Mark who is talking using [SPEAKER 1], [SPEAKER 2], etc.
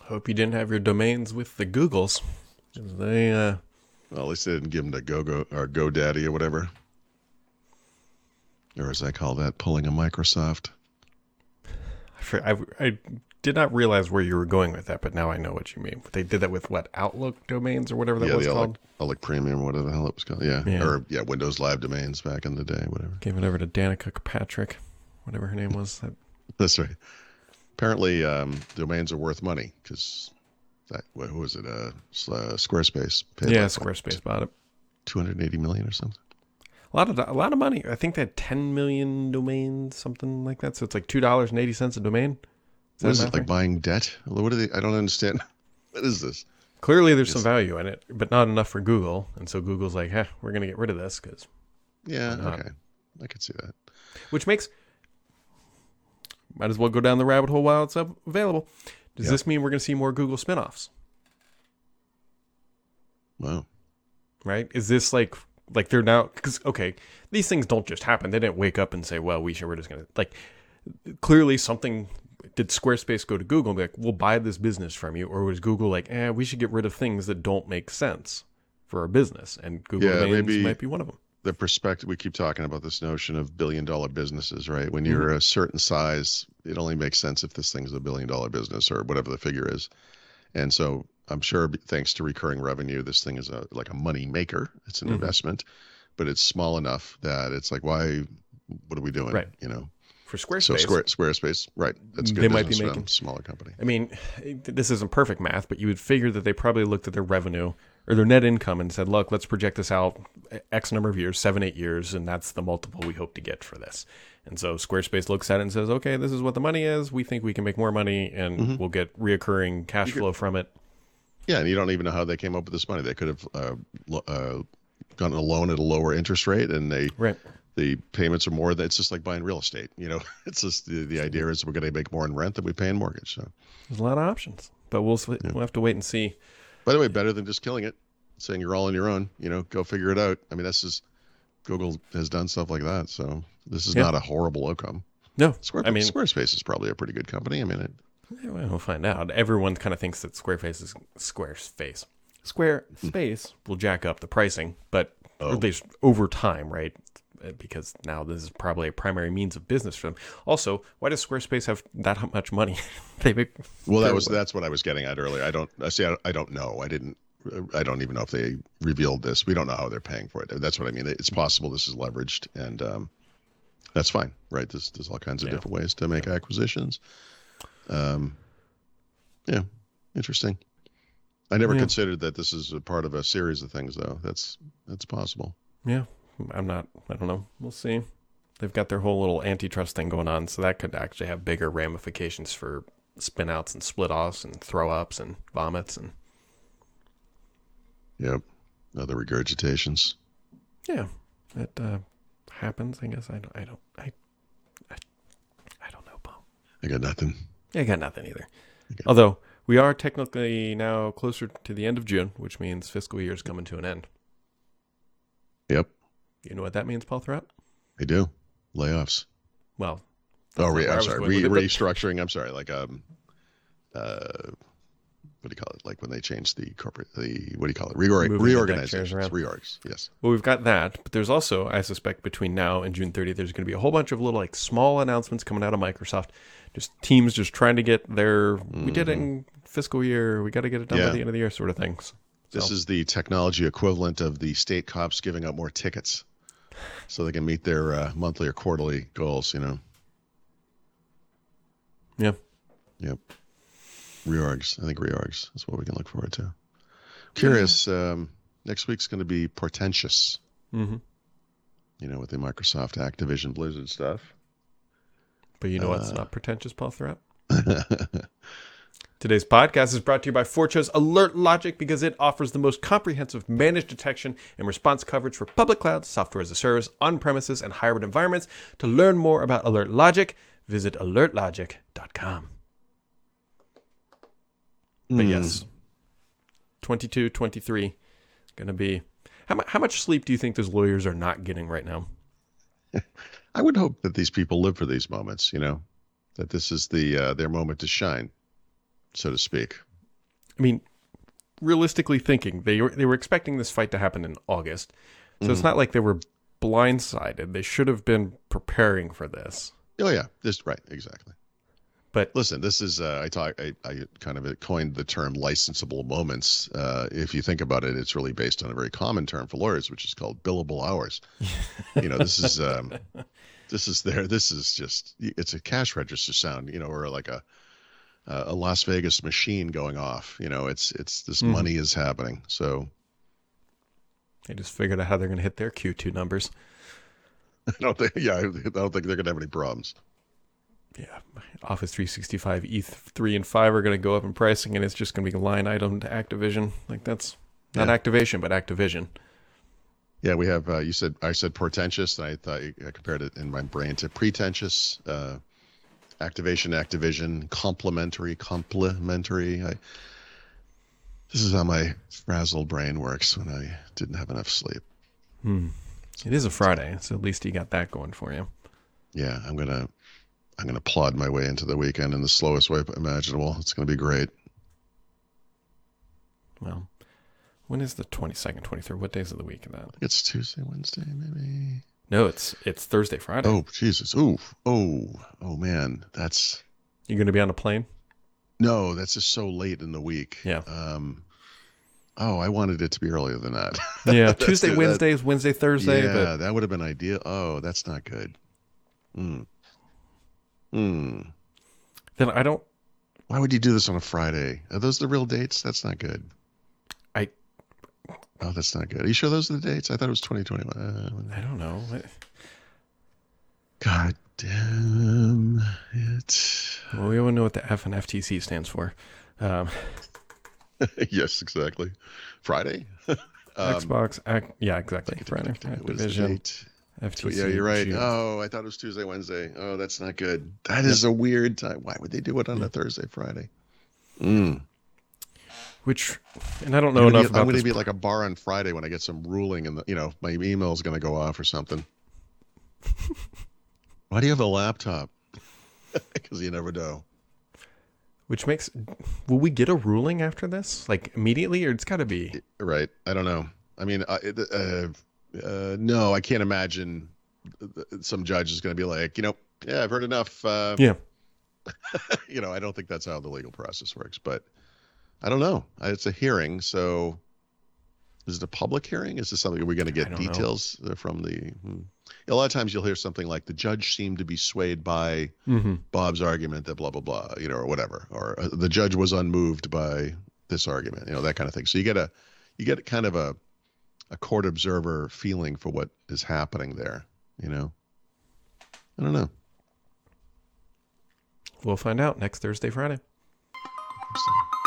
[SPEAKER 1] Hope you didn't have your domains with the Googles. They, uh,
[SPEAKER 2] Well, at least they didn't give him to GoGo or GoDaddy or whatever. Or as I call that, pulling a Microsoft.
[SPEAKER 1] I, for- I, I did not realize where you were going with that, but now I know what you mean. They did that with what Outlook domains or whatever that
[SPEAKER 2] yeah,
[SPEAKER 1] was
[SPEAKER 2] the
[SPEAKER 1] called.
[SPEAKER 2] Outlook, Outlook Premium, whatever the hell it was called. Yeah.
[SPEAKER 1] Yeah.
[SPEAKER 2] Or, yeah, Windows Live Domains back in the day, whatever.
[SPEAKER 1] Gave it over to Danica Kirkpatrick, whatever her name was. That
[SPEAKER 2] That's right. Apparently, um, domains are worth money because that, what, who was it? Uh, S- uh, Squarespace. Paid
[SPEAKER 1] yeah,
[SPEAKER 2] like,
[SPEAKER 1] Squarespace bought it.
[SPEAKER 2] 280 million or something.
[SPEAKER 1] A lot of do- a lot of money. I think they had ten million domains, something like that. So it's like two dollars and eighty cents a domain. Is
[SPEAKER 2] What is
[SPEAKER 1] that
[SPEAKER 2] it? Like
[SPEAKER 1] enough?
[SPEAKER 2] buying debt? What are they? I don't understand. What is this?
[SPEAKER 1] Clearly, there's some value in it, but not enough for Google. And so Google's like, "Huh, we're gonna get rid of this," because
[SPEAKER 2] Yeah.
[SPEAKER 1] not?
[SPEAKER 2] Okay. I could see that.
[SPEAKER 1] which makes might as well go down the rabbit hole while it's up, available. Does
[SPEAKER 2] Yeah.
[SPEAKER 1] this mean we're gonna see more Google spinoffs?
[SPEAKER 2] Wow.
[SPEAKER 1] right? Is this like like they're now because okay, these things don't just happen. They didn't wake up and say, "Well, we should we're just gonna like." Clearly, something did Squarespace go to Google and be like, "We'll buy this business from you," or was Google like, "Eh, we should get rid of things that don't make sense for our business," and Google
[SPEAKER 2] Yeah,
[SPEAKER 1] Domains
[SPEAKER 2] maybe-
[SPEAKER 1] might be one of them.
[SPEAKER 2] the perspective we keep talking about this notion of billion dollar businesses right
[SPEAKER 1] Mm-hmm.
[SPEAKER 2] when you're a certain size it only makes sense if this thing's a billion dollar business or whatever the figure is and so i'm sure b- thanks to recurring revenue this thing is a like a money maker it's an
[SPEAKER 1] Mhm.
[SPEAKER 2] investment but it's small enough that it's like why what are we doing
[SPEAKER 1] Right.
[SPEAKER 2] you know
[SPEAKER 1] For Squarespace,
[SPEAKER 2] so square squarespace right that's good
[SPEAKER 1] They might be
[SPEAKER 2] business for them,
[SPEAKER 1] making-
[SPEAKER 2] smaller company
[SPEAKER 1] I mean, it- this isn't perfect math, but you would figure that they probably looked at their revenue or their net income and said, look, let's project this out X number of years, seven, eight years, and that's the multiple we hope to get for this. And so Squarespace looks at it and says, okay, this is what the money is. We think we can make more money and we'll Mm-hmm. get reoccurring cash flow from it.
[SPEAKER 2] Yeah, and you don't even know how they came up with this money. They could have uh, lo- uh, gotten a loan at a lower interest rate, and they
[SPEAKER 1] Right.
[SPEAKER 2] the payments are more. It's just like buying real estate. You know, it's just the, the idea is we're going to make more in rent than we pay in mortgage. So,
[SPEAKER 1] There's a lot of options, but we'll, s- we'll have to wait and see.
[SPEAKER 2] by the way, better than just killing it, saying you're all on your own. You know, go figure it out. I mean, that's just Google has done stuff like that. So this is
[SPEAKER 1] Yeah.
[SPEAKER 2] not a horrible outcome.
[SPEAKER 1] No,
[SPEAKER 2] Square,
[SPEAKER 1] I mean,
[SPEAKER 2] Squarespace is probably a pretty good company. I mean, it,
[SPEAKER 1] Yeah, well, we'll find out. Everyone kind of thinks that Squareface is Squarespace. Squarespace will jack up the pricing, but or at least over time, right? Uh, Because now this is probably a primary means of business for them. Also, why does Squarespace have that much money? they make
[SPEAKER 2] well, that was that's what I was getting at earlier. I don't. I see. I, I don't know. I didn't. I don't even know if they revealed this. We don't know how they're paying for it. That's what I mean. It's possible this is leveraged, and um, that's fine, right? There's there's all kinds of different ways to make acquisitions. Um, yeah, interesting. I never
[SPEAKER 1] Yeah.
[SPEAKER 2] considered that this is a part of a series of things, though. That's that's possible.
[SPEAKER 1] yeah. I'm not. I don't know. We'll see. They've got their whole little antitrust thing going on, so that could actually have bigger ramifications for spin outs and split offs and throw ups and vomits and
[SPEAKER 2] Yep. Other regurgitations.
[SPEAKER 1] yeah, that uh, happens. I guess I don't. I don't. I. I, I don't know, Paul.
[SPEAKER 2] I got nothing.
[SPEAKER 1] I got nothing either. Although we are technically now closer to the end of June, which means fiscal year is coming to an end.
[SPEAKER 2] Yep.
[SPEAKER 1] You know what that means, Paul Throughout?
[SPEAKER 2] I do. Layoffs.
[SPEAKER 1] Well,
[SPEAKER 2] Oh, re-
[SPEAKER 1] where I
[SPEAKER 2] I'm
[SPEAKER 1] was
[SPEAKER 2] sorry.
[SPEAKER 1] going
[SPEAKER 2] Re-
[SPEAKER 1] with it, but-
[SPEAKER 2] restructuring. I'm sorry. Like um, uh, what do you call it? Like when they changed the corporate, the what do you call it? Reorg-
[SPEAKER 1] Moving the deck
[SPEAKER 2] reorganizations,
[SPEAKER 1] chairs around.
[SPEAKER 2] reorgs. Yes.
[SPEAKER 1] well, we've got that, but there's also, I suspect, between now and June 30th, there's going to be a whole bunch of little like small announcements coming out of Microsoft. Just teams just trying to get their we did it in fiscal year, we got to get it done by
[SPEAKER 2] Mm-hmm. Yeah.
[SPEAKER 1] the end of the year, sort of things.
[SPEAKER 2] This
[SPEAKER 1] So-
[SPEAKER 2] is the technology equivalent of the state cops giving out more tickets, so they can meet their uh, monthly or quarterly goals. You know.
[SPEAKER 1] Yeah.
[SPEAKER 2] Yep. Reorgs. I think reorgs is what we can look forward to. Curious. Um, next week's going to be portentous.
[SPEAKER 1] hmm
[SPEAKER 2] You know, with the Microsoft Activision Blizzard stuff.
[SPEAKER 1] But you know what's not pretentious, Paul Threat? Today's podcast is brought to you by Forcho's Alert Logic because it offers the most comprehensive managed detection and response coverage for public cloud, software as a service, on premises, and hybrid environments. To learn more about Alert Logic, visit alertlogic.com. But yes, 22, 23, going to be. How, mu- how much sleep do you think those lawyers are not getting right now?
[SPEAKER 2] I would hope that these people live for these moments, you know, that this is the uh, their moment to shine, so to speak.
[SPEAKER 1] I mean, realistically thinking, they were, they were expecting this fight to happen in August, so it's
[SPEAKER 2] Mm-hmm.
[SPEAKER 1] not like they were blindsided. They should have been preparing for this.
[SPEAKER 2] Oh yeah, just right, exactly.
[SPEAKER 1] But-
[SPEAKER 2] listen, this is uh, I talk I, I kind of coined the term licensable moments. Uh, if you think about it, it's really based on a very common term for lawyers, which is called billable hours. you know, this is um, this is there. This is just it's a cash register sound. You know, or like a a Las Vegas machine going off. You know, it's it's this
[SPEAKER 1] Mhm.
[SPEAKER 2] money is happening. So
[SPEAKER 1] They just figured out how they're going to hit their Q2 numbers.
[SPEAKER 2] I don't think yeah I don't think they're gonna have any problems.
[SPEAKER 1] Yeah, Office 365 ETH 3 E and 5 are going to go up in pricing, and it's just going to be line item to Activision. Like, that's not
[SPEAKER 2] Yeah.
[SPEAKER 1] Activation, but Activision.
[SPEAKER 2] Yeah, we have. Uh, you said I said portentous, and I thought you, I compared it in my brain to pretentious. Uh, activation, Activision, complementary, complementary. I, this is how my frazzled brain works when I didn't have enough sleep.
[SPEAKER 1] It is a Friday, so at least you got that going for you.
[SPEAKER 2] Yeah, I'm gonna, I'm gonna plod my way into the weekend in the slowest way imaginable. It's gonna be great.
[SPEAKER 1] Well, when is the 22nd, 23rd? What days of the week is that?
[SPEAKER 2] It's Tuesday, Wednesday, maybe.
[SPEAKER 1] No, it's it's Thursday, Friday.
[SPEAKER 2] Oh Jesus! Ooh, oh, oh man, that's
[SPEAKER 1] You're going to be on a plane?
[SPEAKER 2] No, that's just so late in the week.
[SPEAKER 1] Yeah.
[SPEAKER 2] Um, oh, I wanted it to be earlier than that.
[SPEAKER 1] Yeah,
[SPEAKER 2] That's
[SPEAKER 1] Tuesday,
[SPEAKER 2] it, that-
[SPEAKER 1] Wednesday is Wednesday, Thursday.
[SPEAKER 2] yeah,
[SPEAKER 1] But
[SPEAKER 2] that would have been ideal. Oh, that's not good. Hmm. Hmm.
[SPEAKER 1] then I don't,
[SPEAKER 2] Why would you do this on a Friday? Are those the real dates? That's not good.
[SPEAKER 1] I-
[SPEAKER 2] Oh, that's not good. Are you sure those are the dates? I thought it was 2021. Uh,
[SPEAKER 1] I don't know.
[SPEAKER 2] God damn it.
[SPEAKER 1] Well, we all know what the F and FTC stands for. Um,
[SPEAKER 2] yes, exactly. Friday? Um,
[SPEAKER 1] Xbox, ac- yeah, exactly. Friday,
[SPEAKER 2] What is the
[SPEAKER 1] Activision,
[SPEAKER 2] date?
[SPEAKER 1] FTC.
[SPEAKER 2] yeah, you're right.
[SPEAKER 1] June.
[SPEAKER 2] Oh, I thought it was Tuesday, Wednesday. Oh, that's not good. That is a weird time. Why would they do it on a Thursday, Friday? Mm.
[SPEAKER 1] Which, and I don't know
[SPEAKER 2] I'm
[SPEAKER 1] enough
[SPEAKER 2] gonna, be, I'm
[SPEAKER 1] about
[SPEAKER 2] gonna
[SPEAKER 1] this.
[SPEAKER 2] be at, like a bar on Friday when I get some ruling, and the, you know my email's gonna go off or something. Why do you have a laptop? Because you never know.
[SPEAKER 1] Which makes, will we get a ruling after this? Like immediately, or it's got to be.
[SPEAKER 2] Right. I don't know. I mean, I, it- uh, uh, no, I can't imagine th- some judge is gonna be like, you know, yeah, I've heard enough. Uh,
[SPEAKER 1] Yeah,
[SPEAKER 2] you know, I don't think that's how the legal process works, but I don't know. Uh, It's a hearing, so is it a public hearing? Is this something are we going to
[SPEAKER 1] I
[SPEAKER 2] get
[SPEAKER 1] don't know.
[SPEAKER 2] details uh, from the? hmm. A lot of times you'll hear something like the judge seemed to be swayed by
[SPEAKER 1] mm-hmm.
[SPEAKER 2] Bob's argument that blah blah blah, you know, or whatever, or uh, the judge was unmoved by this argument, you know, that kind of thing. So you get a, you get kind of a, a court observer feeling for what is happening there, you know. I don't know.
[SPEAKER 1] we'll find out next Thursday, Friday.
[SPEAKER 2] Interesting.